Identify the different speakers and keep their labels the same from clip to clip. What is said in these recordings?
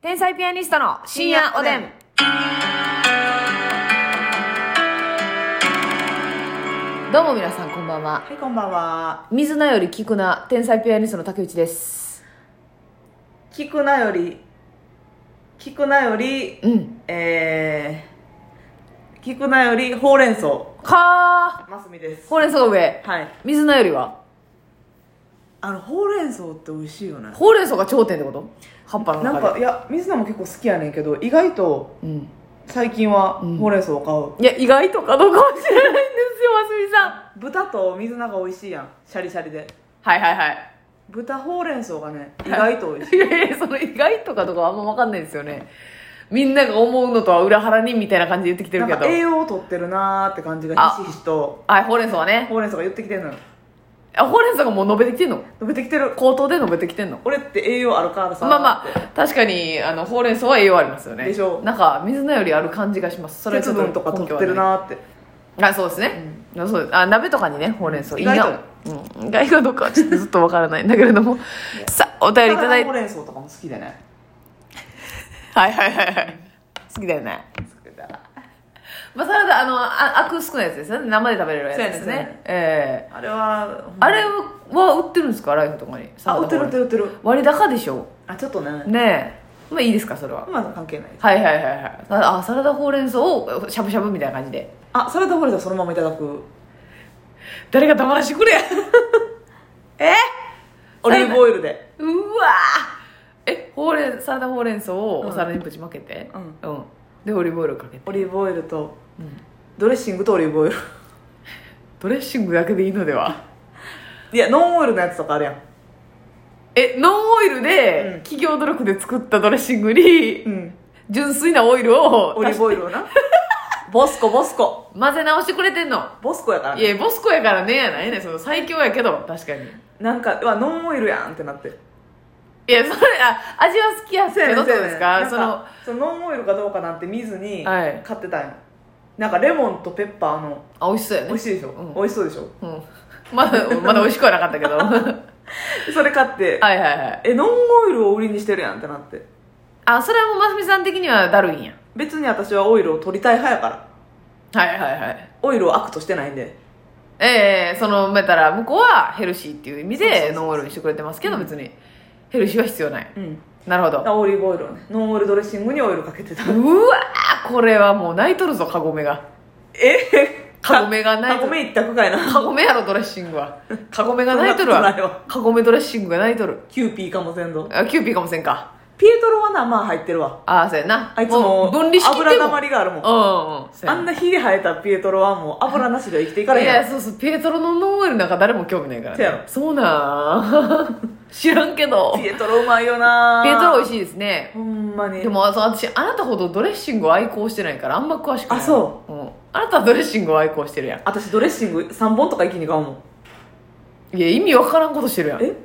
Speaker 1: 天才ピアニストの深夜おでん。どうも皆さんこんばんは。
Speaker 2: はい、こんばんは。
Speaker 1: 水菜より菊菜、天才ピアニストの竹内です。
Speaker 2: 聞くなより、聞くなより、
Speaker 1: うん。
Speaker 2: えー、聞くなより、ほうれん草。
Speaker 1: か
Speaker 2: ますみで
Speaker 1: ー。
Speaker 2: す。
Speaker 1: ほうれん草が上。
Speaker 2: はい。
Speaker 1: 水菜よりは
Speaker 2: あの、ほうれん草って美味しいよね。
Speaker 1: ほうれん草が頂点ってこと葉っぱの中
Speaker 2: な
Speaker 1: で。
Speaker 2: んか、いや、水菜も結構好きやねんけど、意外と
Speaker 1: うん。
Speaker 2: 最近は
Speaker 1: うん
Speaker 2: ほうれん草を買う。
Speaker 1: いや、意外とかどうかもしれないんですよ、ますみさん。
Speaker 2: 豚と水菜が美味しいやん。シャリシャリで。
Speaker 1: はいはいはい。
Speaker 2: 豚ほうれん草がね、意外と美味しい。
Speaker 1: いやいや、その意外とかとかはあんま分かんないですよね。みんなが思うのとは裏腹にみたいな感じで言ってきて
Speaker 2: な
Speaker 1: るけ
Speaker 2: んか
Speaker 1: ど。
Speaker 2: 栄養をとってるなーって感じがひしひしと、
Speaker 1: はい、ほうれん草はね。
Speaker 2: ほうれん草が言ってきてんのよ。
Speaker 1: あ、ほうれん草がもう述べてきてんの
Speaker 2: 伸びてきてる。
Speaker 1: 口頭で述べてきてんの
Speaker 2: 俺って栄養あるからさ。
Speaker 1: まあまあ、確かに、あの、ほうれん草は栄養ありますよね。
Speaker 2: でしょ
Speaker 1: なんか、水菜よりある感じがします。それはちょ
Speaker 2: 鉄
Speaker 1: っと
Speaker 2: 分とか取ってるなーって。
Speaker 1: 根拠はない。あ、そうですね。あそうですあ鍋とかにねほうれん草いい
Speaker 2: 意
Speaker 1: な
Speaker 2: 外
Speaker 1: うん意外かどうかはちょっとずっとわからないんだけれどもさあお便りいただいて
Speaker 2: ほうれん草とかも好きでね
Speaker 1: はいはいはいはい好きだよねまあ、サラダ、あの、あアク少ないやつですよね。生で食べれるやつです
Speaker 2: そうやねそうや
Speaker 1: ねえ
Speaker 2: ね。
Speaker 1: え
Speaker 2: あれは
Speaker 1: あれは売ってるんですかライフとかに。
Speaker 2: あ売ってる売って
Speaker 1: る。
Speaker 2: る売ってる
Speaker 1: 割高でしょ
Speaker 2: あちょっとね
Speaker 1: ねえ。まあいいですか、それは。
Speaker 2: まあ関係ないです
Speaker 1: はいはいはいはい。あ、あサラダほうれん草をしゃぶしゃぶみたいな感じで。
Speaker 2: あそれとほうれん草そのままいただく
Speaker 1: 誰が黙らしてくれえ
Speaker 2: オリーブオイルで
Speaker 1: うわーえ、ほうれん、サラダほうれん草をお皿にぶちまけて。うん。で、オリーブオイルかけて。
Speaker 2: オリーブオイルと
Speaker 1: うん
Speaker 2: ドレッシングとオリーブオイル
Speaker 1: ドレッシングだけでいいのではい
Speaker 2: やノンオイルのやつとかあるやん
Speaker 1: え、ノンオイル
Speaker 2: う
Speaker 1: で
Speaker 2: ん
Speaker 1: 企業努力で作ったドレッシングに、
Speaker 2: うん
Speaker 1: 純粋なオイルを
Speaker 2: オリーブオイルをな ボスコボスコ
Speaker 1: 混ぜ直してくれてんの
Speaker 2: ボスコやから
Speaker 1: い
Speaker 2: ね
Speaker 1: やボスコやからねやないねその最強やけど確かに
Speaker 2: なんかうわノンオイルやんってなって
Speaker 1: いやそれあ味は好きやけどどう
Speaker 2: そう
Speaker 1: で
Speaker 2: やね
Speaker 1: す
Speaker 2: な
Speaker 1: か
Speaker 2: ん
Speaker 1: その
Speaker 2: そのノンオイルかどうかなんて見ずに
Speaker 1: はい
Speaker 2: 買ってたんよなんかレモンとペッパーの
Speaker 1: あ美味しそうやね
Speaker 2: 美味しいでしょ、
Speaker 1: うん
Speaker 2: 美味しそうでしょ
Speaker 1: うん、まだまだ美味しくはなかった けどは
Speaker 2: それ買って
Speaker 1: いはいはい
Speaker 2: えノンオイルを売りにしてるやんってなって
Speaker 1: あそれはもうますみさん的にはだるいんや
Speaker 2: 別に私はオイルを取りたい派やから
Speaker 1: はいはいはい
Speaker 2: オイルを悪としてないんで
Speaker 1: ええそのまたら向こうはヘルシーっていう意味
Speaker 2: そうそうそう
Speaker 1: で
Speaker 2: そう
Speaker 1: ノンオイルにしてくれてますけど
Speaker 2: うん
Speaker 1: 別にヘルシーは必要ない
Speaker 2: うん
Speaker 1: なるほど
Speaker 2: オリーブオイルをねノンオイルドレッシングにオイルかけてた
Speaker 1: うわーこれはもう泣いとるぞカゴメが
Speaker 2: え
Speaker 1: カゴメが泣い
Speaker 2: カ
Speaker 1: と
Speaker 2: ゴ
Speaker 1: る
Speaker 2: メ一択かい な
Speaker 1: カゴメやろドレッシングはカゴメが泣いとる
Speaker 2: そんなことない
Speaker 1: わ
Speaker 2: わ
Speaker 1: カゴメドレッシングが泣いとる
Speaker 2: キューピーかもせんぞ
Speaker 1: あキューピーかもせんか
Speaker 2: ピエトロはなまあ入ってるわ
Speaker 1: ああそうやな
Speaker 2: あいつも
Speaker 1: う分離しきっても
Speaker 2: 油だまりがあるもん
Speaker 1: うんうんそうや
Speaker 2: あんなヒゲ生えたピエトロはもう油なしでは生きていかれ
Speaker 1: い
Speaker 2: へ
Speaker 1: や
Speaker 2: ん
Speaker 1: そうそうピエトロのノンオイルなんか誰も興味ないから、
Speaker 2: そうやろ
Speaker 1: そうなん 知らんけど
Speaker 2: ピ
Speaker 1: ピエ
Speaker 2: エトロうまいよな
Speaker 1: トロ美
Speaker 2: し
Speaker 1: 味しいですね
Speaker 2: ほんまに
Speaker 1: でもそう私あなたほどドレッシングを愛好してないからあんま詳しくない、
Speaker 2: あそう
Speaker 1: ん、あなたはドレッシングを愛好してるや
Speaker 2: 私ドレッシング3本とか一気に買うもん
Speaker 1: んいや意味わからんことしてるやんえ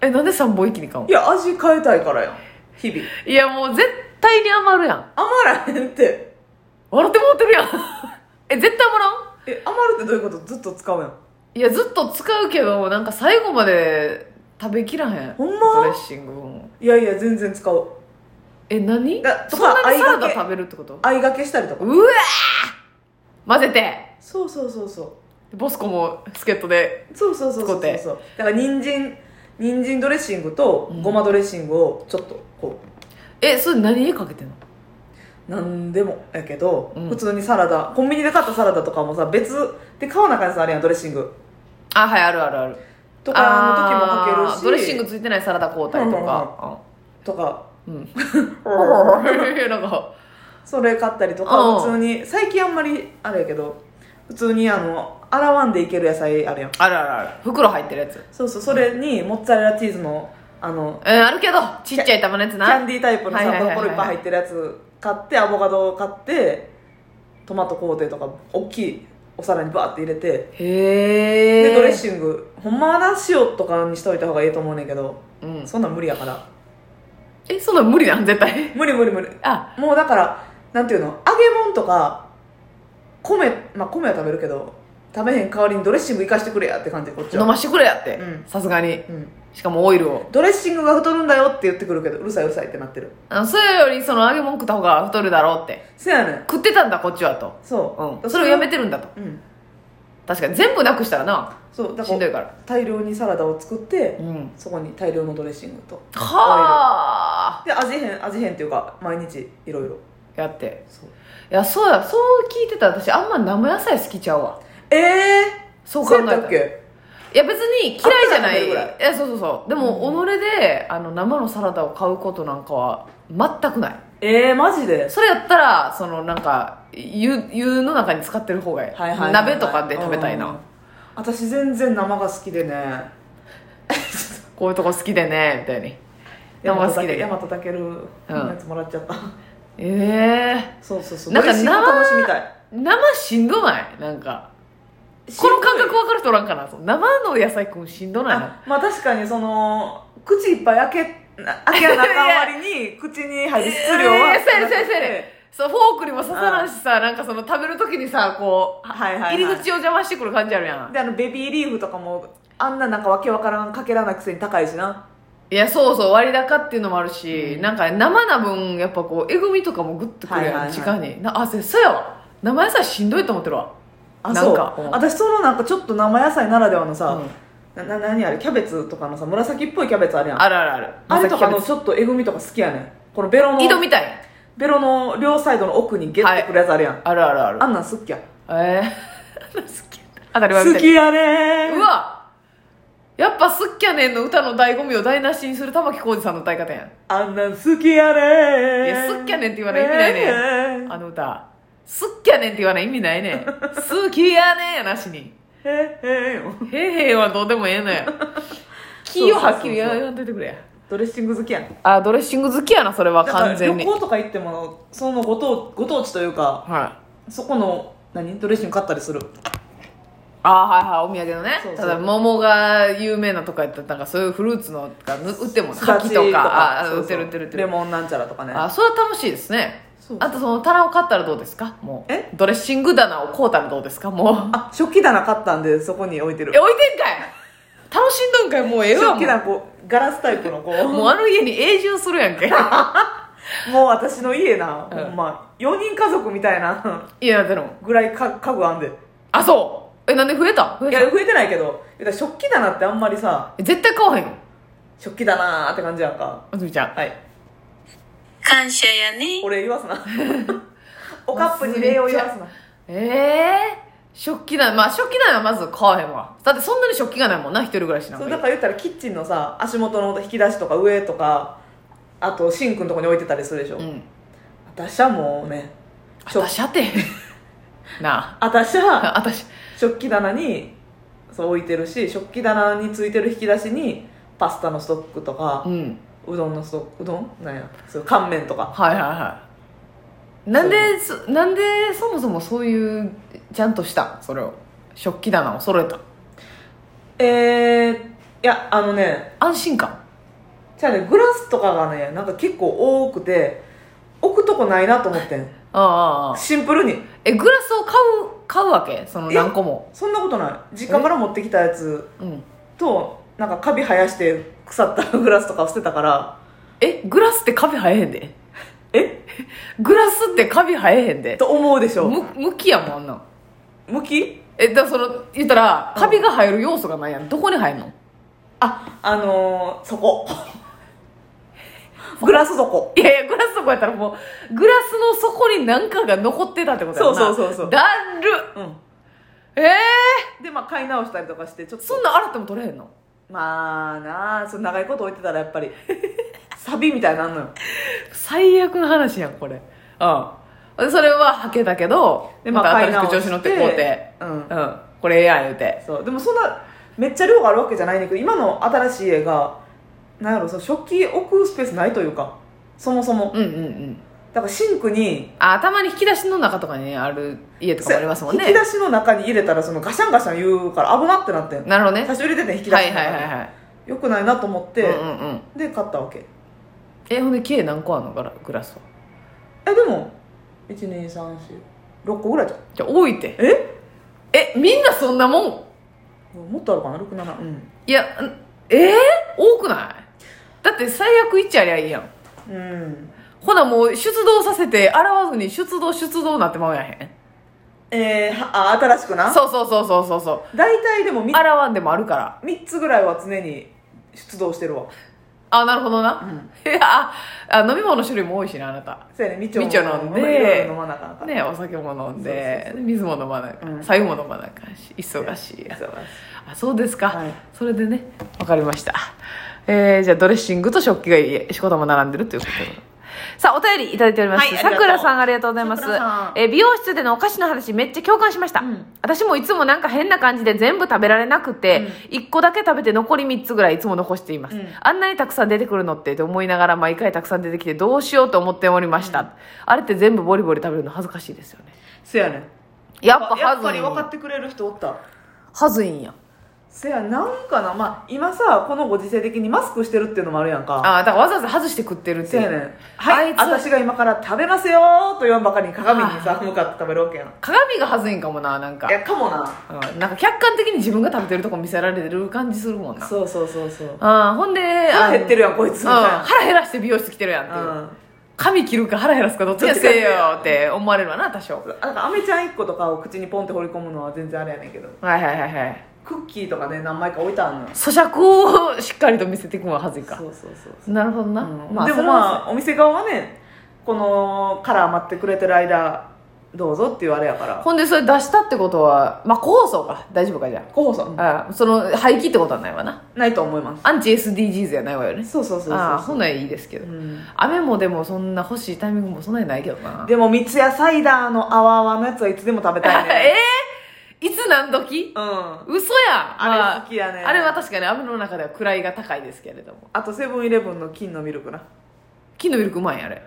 Speaker 2: え
Speaker 1: なんで3本一気に買う
Speaker 2: いや味変えたいからやん日々
Speaker 1: んいやもう絶対に余るやん
Speaker 2: 余らへんって
Speaker 1: 笑ってもうてるやん え絶対もらん
Speaker 2: え余るってどういうことずっと使うやん
Speaker 1: いやずっと使うけどなんか最後まで食べきらへん
Speaker 2: ほんま
Speaker 1: ドレッシングも
Speaker 2: いやいや全然使う
Speaker 1: え何
Speaker 2: だ
Speaker 1: そんなにサラ
Speaker 2: とかあ
Speaker 1: ダ
Speaker 2: いがけ
Speaker 1: 食べるってこと
Speaker 2: 相掛けしたりとか
Speaker 1: うわー混ぜて
Speaker 2: そうそうそうそ
Speaker 1: ボスコも助っ人で
Speaker 2: うそうそうそうそう
Speaker 1: 使
Speaker 2: そう
Speaker 1: う
Speaker 2: そうだから人参人参ドレッシングと
Speaker 1: うん
Speaker 2: ごまドレッシングをちょっとこ
Speaker 1: えそれ何にかけてんの
Speaker 2: うなんでもやけど、
Speaker 1: うん
Speaker 2: 普通にサラダコンビニで買ったサラダとかもさ別で買わなあかんやつあるやんドレッシング
Speaker 1: あはいあるあるある
Speaker 2: とかの時もかけ
Speaker 1: あ
Speaker 2: る
Speaker 1: ー
Speaker 2: し
Speaker 1: ドレッシングついてないサラダ交代とか
Speaker 2: とか
Speaker 1: うんうん
Speaker 2: うん
Speaker 1: なんか
Speaker 2: それ買ったりと
Speaker 1: うん
Speaker 2: か普通に最近あんまりあれやけど普通にあの洗わんでいける野菜あるやん
Speaker 1: あるあるある袋入ってるやつ
Speaker 2: そうそうそれにモッツァレラチーズのあの
Speaker 1: うんあるけどちっちゃい玉のやつ
Speaker 2: キャ
Speaker 1: な
Speaker 2: ンディータイプの
Speaker 1: はい
Speaker 2: さ
Speaker 1: はいはいはい
Speaker 2: ところいっぱい入ってるやつ買ってアボカドを買ってトマト工程とか大きいお皿にバーって入れて
Speaker 1: へ
Speaker 2: で
Speaker 1: え
Speaker 2: ドレッシングほんまはな塩とかにしといた方がいいと思うねんけど
Speaker 1: うん
Speaker 2: そんなん無理やから
Speaker 1: えそんなん無理なん絶対
Speaker 2: 無理無理無理
Speaker 1: あ
Speaker 2: もうだからなんていうの揚げ物とか米まあ米は食べるけど食べへん代わりにドレッシング生かしてくれやって感じこっちは
Speaker 1: 飲ましてくれやって
Speaker 2: うん
Speaker 1: さすがに
Speaker 2: うん、
Speaker 1: しかもオイルを
Speaker 2: ドレッシングが太るんだよって言ってくるけどうるさいうるさいってなってる
Speaker 1: あのそれよりその揚げ物食った方が太るだろうって
Speaker 2: せやねん
Speaker 1: 食ってたんだこっちはと、
Speaker 2: そう、
Speaker 1: うん、それをやめてるんだと
Speaker 2: うん
Speaker 1: 確かに全部なくしたらな
Speaker 2: そうだ
Speaker 1: し
Speaker 2: か
Speaker 1: んど
Speaker 2: ら
Speaker 1: いから
Speaker 2: 大量にサラダを作って、
Speaker 1: うん
Speaker 2: そこに大量のドレッシングと
Speaker 1: はあ
Speaker 2: で味変味変っていうか毎日いろいろ
Speaker 1: やって
Speaker 2: そう
Speaker 1: いやそうだそう聞いてたら私あんま生野菜好きちゃうわ
Speaker 2: ええ
Speaker 1: そう考えた
Speaker 2: やった
Speaker 1: ら
Speaker 2: っけ
Speaker 1: いや別に嫌いじゃな
Speaker 2: あったら食べ
Speaker 1: い
Speaker 2: るぐらい
Speaker 1: いやそうそうそうでも、己であの生のサラダを買うことなんかは全くない
Speaker 2: えー、マジで
Speaker 1: それやったらそのなんか湯湯の中に使ってる方がいい,、
Speaker 2: はいはいはいはい
Speaker 1: 鍋とかで食べたいな、
Speaker 2: うん私全然生が好きでね
Speaker 1: こういうとこ好きでねみたいに生好きで
Speaker 2: ヤマトタケルのやつもらっちゃった、
Speaker 1: ええ
Speaker 2: そうそうそう
Speaker 1: なん
Speaker 2: ドレ
Speaker 1: か
Speaker 2: ッシング
Speaker 1: 生
Speaker 2: 楽しみたい
Speaker 1: 生しんどないなんかこの感覚分かる人おらんかなそう生の野菜くんしんどないな
Speaker 2: あまあ確かにその口いっぱい開けな開けなあかん割に口に入る質 量は
Speaker 1: えーそうやねそうやねそうやねそうフォークにも刺さらんしさなんかその食べる時にさこう
Speaker 2: はいはい、はい、
Speaker 1: 入り口を邪魔してくる感じあるやん
Speaker 2: であのベビーリーフとかもあんななんかわけわからんかけらなくせに高いしない
Speaker 1: やそうそう割高っていうのもあるし、なんか生な分やっぱこうえぐみとかもグッとくるやん、
Speaker 2: はいはいはい
Speaker 1: 直になあせそうやわ生野菜しんどいと思ってるわ
Speaker 2: あ
Speaker 1: なん
Speaker 2: そう
Speaker 1: かうん
Speaker 2: 私そのなんかちょっと生野菜ならではのさ、
Speaker 1: うん
Speaker 2: なな何あれキャベツとかのさ紫っぽいキャベツあるやんあ
Speaker 1: あるあるある
Speaker 2: れとか
Speaker 1: 紫
Speaker 2: の
Speaker 1: キャベ
Speaker 2: ちょっとえぐみとか好きやねんこのベロの
Speaker 1: ツ井戸みたい
Speaker 2: ベロの両サイドの奥にゲッてくるやつあるやん、
Speaker 1: あるあるある
Speaker 2: あんなん好きや
Speaker 1: えー、好き当たり前み
Speaker 2: 好
Speaker 1: たいに
Speaker 2: きやね
Speaker 1: うわやっぱ「すっきゃねん」の歌の醍醐味を台無しにする玉置浩二さんの歌い方やん
Speaker 2: あんなん好きやね
Speaker 1: いやすっきゃねんって言わない意味ないね
Speaker 2: ん
Speaker 1: あの歌「すっきゃねん」って言わない意味ない ねん好きやねんやなしに
Speaker 2: へへよ
Speaker 1: 「へいへい」はどうでもええの やキーをはっきりやんといてくれや
Speaker 2: ドレッシング好きやん
Speaker 1: あドレッシング好きやなそれは
Speaker 2: だから
Speaker 1: 完
Speaker 2: 旅
Speaker 1: 全に
Speaker 2: 行とか行ってもそのご当ご当地というか
Speaker 1: はい
Speaker 2: そこの何ドレッシング買ったりする
Speaker 1: ああはいはいお土産のね
Speaker 2: そうそう
Speaker 1: ただ桃が有名なとかやったらなんかそういうフルーツのがぬ売ってもね
Speaker 2: すだち
Speaker 1: 柿とかあ
Speaker 2: そうそう
Speaker 1: 売ってる売ってる売って
Speaker 2: レ
Speaker 1: る
Speaker 2: モンなんちゃらとかね
Speaker 1: あそれは楽しいですね
Speaker 2: そう
Speaker 1: あとその棚を買ったらどうですかもう
Speaker 2: え
Speaker 1: ドレッシング棚を買うたらどうですかもう
Speaker 2: あ食器棚買ったんでそこに置いてる
Speaker 1: え置いてんかい楽しんどんかいもうええわも
Speaker 2: 食器
Speaker 1: う
Speaker 2: 棚こうガラスタイプのこう
Speaker 1: もうあの家に永住するやん け
Speaker 2: もう私の家な、
Speaker 1: うん
Speaker 2: ほんま4人家族みたいない
Speaker 1: やでも
Speaker 2: ぐらいか家具あんで
Speaker 1: あそうえなんで増えた増え
Speaker 2: い
Speaker 1: た
Speaker 2: や増えてないけど言うたら食器棚ってあんまりさ
Speaker 1: 絶対買わへんよ
Speaker 2: 食器棚って感じやんか
Speaker 1: あずみちゃん
Speaker 2: はい
Speaker 3: 感謝やね。
Speaker 2: お礼言わすな おカップに礼を言わすな
Speaker 1: ええ食器棚まあ食器棚はまず買わへんわだってそんなに食器がないもんな一人暮らしなん
Speaker 2: そ
Speaker 1: か
Speaker 2: うだから言ったらキッチンのさ足元の引き出しとか上とかあとシンクのとこに置いてたりするでしょ、
Speaker 1: うん
Speaker 2: 私はもうね
Speaker 1: あ
Speaker 2: 食
Speaker 1: たしゃ てな
Speaker 2: 私は
Speaker 1: ああたし
Speaker 2: 食器棚にそう置いてるし食器棚についてる引き出しにパスタのストックとか
Speaker 1: う、ん
Speaker 2: うどんのストックうどんなんやそう乾麺とか
Speaker 1: はいはいはいなんでそなんでそもそもそういうちゃんとしたそれを食器棚を揃えた
Speaker 2: えー、いやあのね
Speaker 1: 安心感
Speaker 2: じゃあねグラスとかがねなんか結構多くて置くとこないなと思ってん
Speaker 1: ああああ
Speaker 2: シンプルに
Speaker 1: えグラスを買う買うわけその何個も
Speaker 2: そんなことない実家から持ってきたやつ
Speaker 1: うん
Speaker 2: となんかカビ生やして腐ったグラスとかを捨てたから
Speaker 1: えグラスってカビ生えへんで
Speaker 2: え
Speaker 1: グラスってカビ生えへんで
Speaker 2: と思うでしょ
Speaker 1: む向きやもんあんなん
Speaker 2: 向き
Speaker 1: えだからその言ったらカビが生える要素がないやんどこに生えんの
Speaker 2: ああのー、そこグラス底
Speaker 1: いやいやグラスとかやったらもうグラスの底に何かが残ってたってことやんな
Speaker 2: そうそうそうそう
Speaker 1: だる
Speaker 2: うん
Speaker 1: ええ
Speaker 2: でまあ買い直したりとかしてちょっ
Speaker 1: そ
Speaker 2: と
Speaker 1: んなん洗っても取れへんの
Speaker 2: まあなあその長いこと置いてたらやっぱり サビみたい になんのよ
Speaker 1: 最悪の話やんこれうんそれははけたけど
Speaker 2: で
Speaker 1: ま
Speaker 2: ま
Speaker 1: た
Speaker 2: あ
Speaker 1: 新
Speaker 2: 買い
Speaker 1: しく
Speaker 2: 直
Speaker 1: 調子乗ってこうて
Speaker 2: うん
Speaker 1: うんこれええやん言うて
Speaker 2: そうでもそんなめっちゃ量があるわけじゃないねんだけど今の新しい家がなんやろそう食器置くスペースないというかそもそも
Speaker 1: うんうんうん
Speaker 2: だからシンクに
Speaker 1: あたまに引き出しの中とかにねある家とかもありますもんね
Speaker 2: 引き出しの中に入れたらそのガシャンガシャン言うから危なってなってん
Speaker 1: なるほどね
Speaker 2: 最初入れてて引き出しの
Speaker 1: はい
Speaker 2: 中
Speaker 1: はい
Speaker 2: に
Speaker 1: はいはい
Speaker 2: よくないなと思って、
Speaker 1: うんうんうん
Speaker 2: で買ったわけ
Speaker 1: えほんで計何個あんのガラグラスは
Speaker 2: えでも1 2 3 4 6個ぐらいじゃん
Speaker 1: じゃあ多いって
Speaker 2: え
Speaker 1: ええみんなそんなもん
Speaker 2: もっとあるかな67うん
Speaker 1: いやんえー、多くないだって最悪1ありゃいいやん
Speaker 2: うん
Speaker 1: ほなもう出動させて洗わずに出動出動なってまうやへん
Speaker 2: えー、はあ新しくな
Speaker 1: そうそうそうそうそうそう
Speaker 2: 大体でも 3,
Speaker 1: 洗わんでもあるから
Speaker 2: 3つぐらいは常に出動してるわ
Speaker 1: あなるほどな、
Speaker 2: ん
Speaker 1: いや ああ飲み物の種類も多いしなあなた
Speaker 2: そうやねみちょ
Speaker 1: みちょ飲んで
Speaker 2: いろいろ飲まなあかんから
Speaker 1: ねお酒も飲んで
Speaker 2: そうそうそ
Speaker 1: 水も飲まなあか
Speaker 2: うん
Speaker 1: ん白湯も飲まなあかんし忙しいや
Speaker 2: そうや
Speaker 1: あそうですか、
Speaker 2: はい
Speaker 1: それでねわかりましたえー、じゃあドレッシングと食器がいい仕事も並んでるということでさあお便りいただいておりま
Speaker 2: はいあ
Speaker 1: す
Speaker 2: り
Speaker 1: さ
Speaker 2: がとう
Speaker 1: くらさんありがとうございます
Speaker 2: さくらさん
Speaker 1: えー美容室でのお菓子の話めっちゃ共感しました、
Speaker 2: うん
Speaker 1: 私もいつもなんか変な感じで全部食べられなくて、1個だけ食べて残り3つぐらいいつも残しています、
Speaker 2: うん
Speaker 1: あんなにたくさん出てくるのってって思いながら毎回たくさん出てきてどうしようと思っておりました、あれって全部ボリボリ食べるの恥ずかしいですよね
Speaker 2: せやね
Speaker 1: やっぱ
Speaker 2: やっ
Speaker 1: 恥
Speaker 2: ぱ
Speaker 1: ずい
Speaker 2: り
Speaker 1: ん
Speaker 2: 分かっ
Speaker 1: や
Speaker 2: てくれる人おった
Speaker 1: 恥ずいんや
Speaker 2: せやなんかなまあ今さこのご時世的にマスクしてるっていうのもあるやんか
Speaker 1: ああだからわざわざ外して食ってるって
Speaker 2: せ
Speaker 1: いう
Speaker 2: やねんはい
Speaker 1: あいつは
Speaker 2: 私が今から食べますよーと言わんばかりに鏡にさ向かって食べるわけやん
Speaker 1: 鏡が恥ずいんかもななんか
Speaker 2: いやかもな
Speaker 1: うんなんか客観的に自分が食べてるとこ見せられてる感じするもんな
Speaker 2: そうそうそうそう
Speaker 1: あーほんで
Speaker 2: 腹
Speaker 1: あ
Speaker 2: 減ってる
Speaker 1: や
Speaker 2: やんこいつみ
Speaker 1: うん、
Speaker 2: たいな
Speaker 1: 腹減らして美容室来てるやんっていう、
Speaker 2: うん
Speaker 1: 髪切るか腹減らすかどっちかせえよって思われるわな多少
Speaker 2: なんかアメちゃん1個とかを口にポンって放り込むのは全然あれやねんけど
Speaker 1: はいはいはいはい
Speaker 2: クッキーとかね何枚か置いてあんのよ
Speaker 1: 咀嚼をしっかりと見せていくのは恥ずいか
Speaker 2: そうそうそうそう
Speaker 1: なるほどな、
Speaker 2: うんでもまあお店側はねこのカラー待ってくれてる間どうぞっていうあれやか
Speaker 1: あ
Speaker 2: ら
Speaker 1: ほんでそれ出したってことはまあ酵素か大丈夫かじゃ
Speaker 2: 候補さん
Speaker 1: ああーその廃棄ってことはないわな
Speaker 2: ないと思います
Speaker 1: アンチ SDGs やないわよね
Speaker 2: そうそうそうそう
Speaker 1: ああーほんな
Speaker 2: ら
Speaker 1: らいいですけど、
Speaker 2: うん
Speaker 1: 雨もでもそんな欲しいタイミングもそんなにないけどな
Speaker 2: でも三ツ矢サイダーのあわあわのやつはいつでも食べたいね
Speaker 1: えー、いつ何時
Speaker 2: うんあ
Speaker 1: 嘘やんま
Speaker 2: れ好きやね
Speaker 1: あれは確かに雨の中では位が高いですけれども
Speaker 2: あとセブンイレブンの金のミルクな
Speaker 1: 金のミルクうまいんやあれ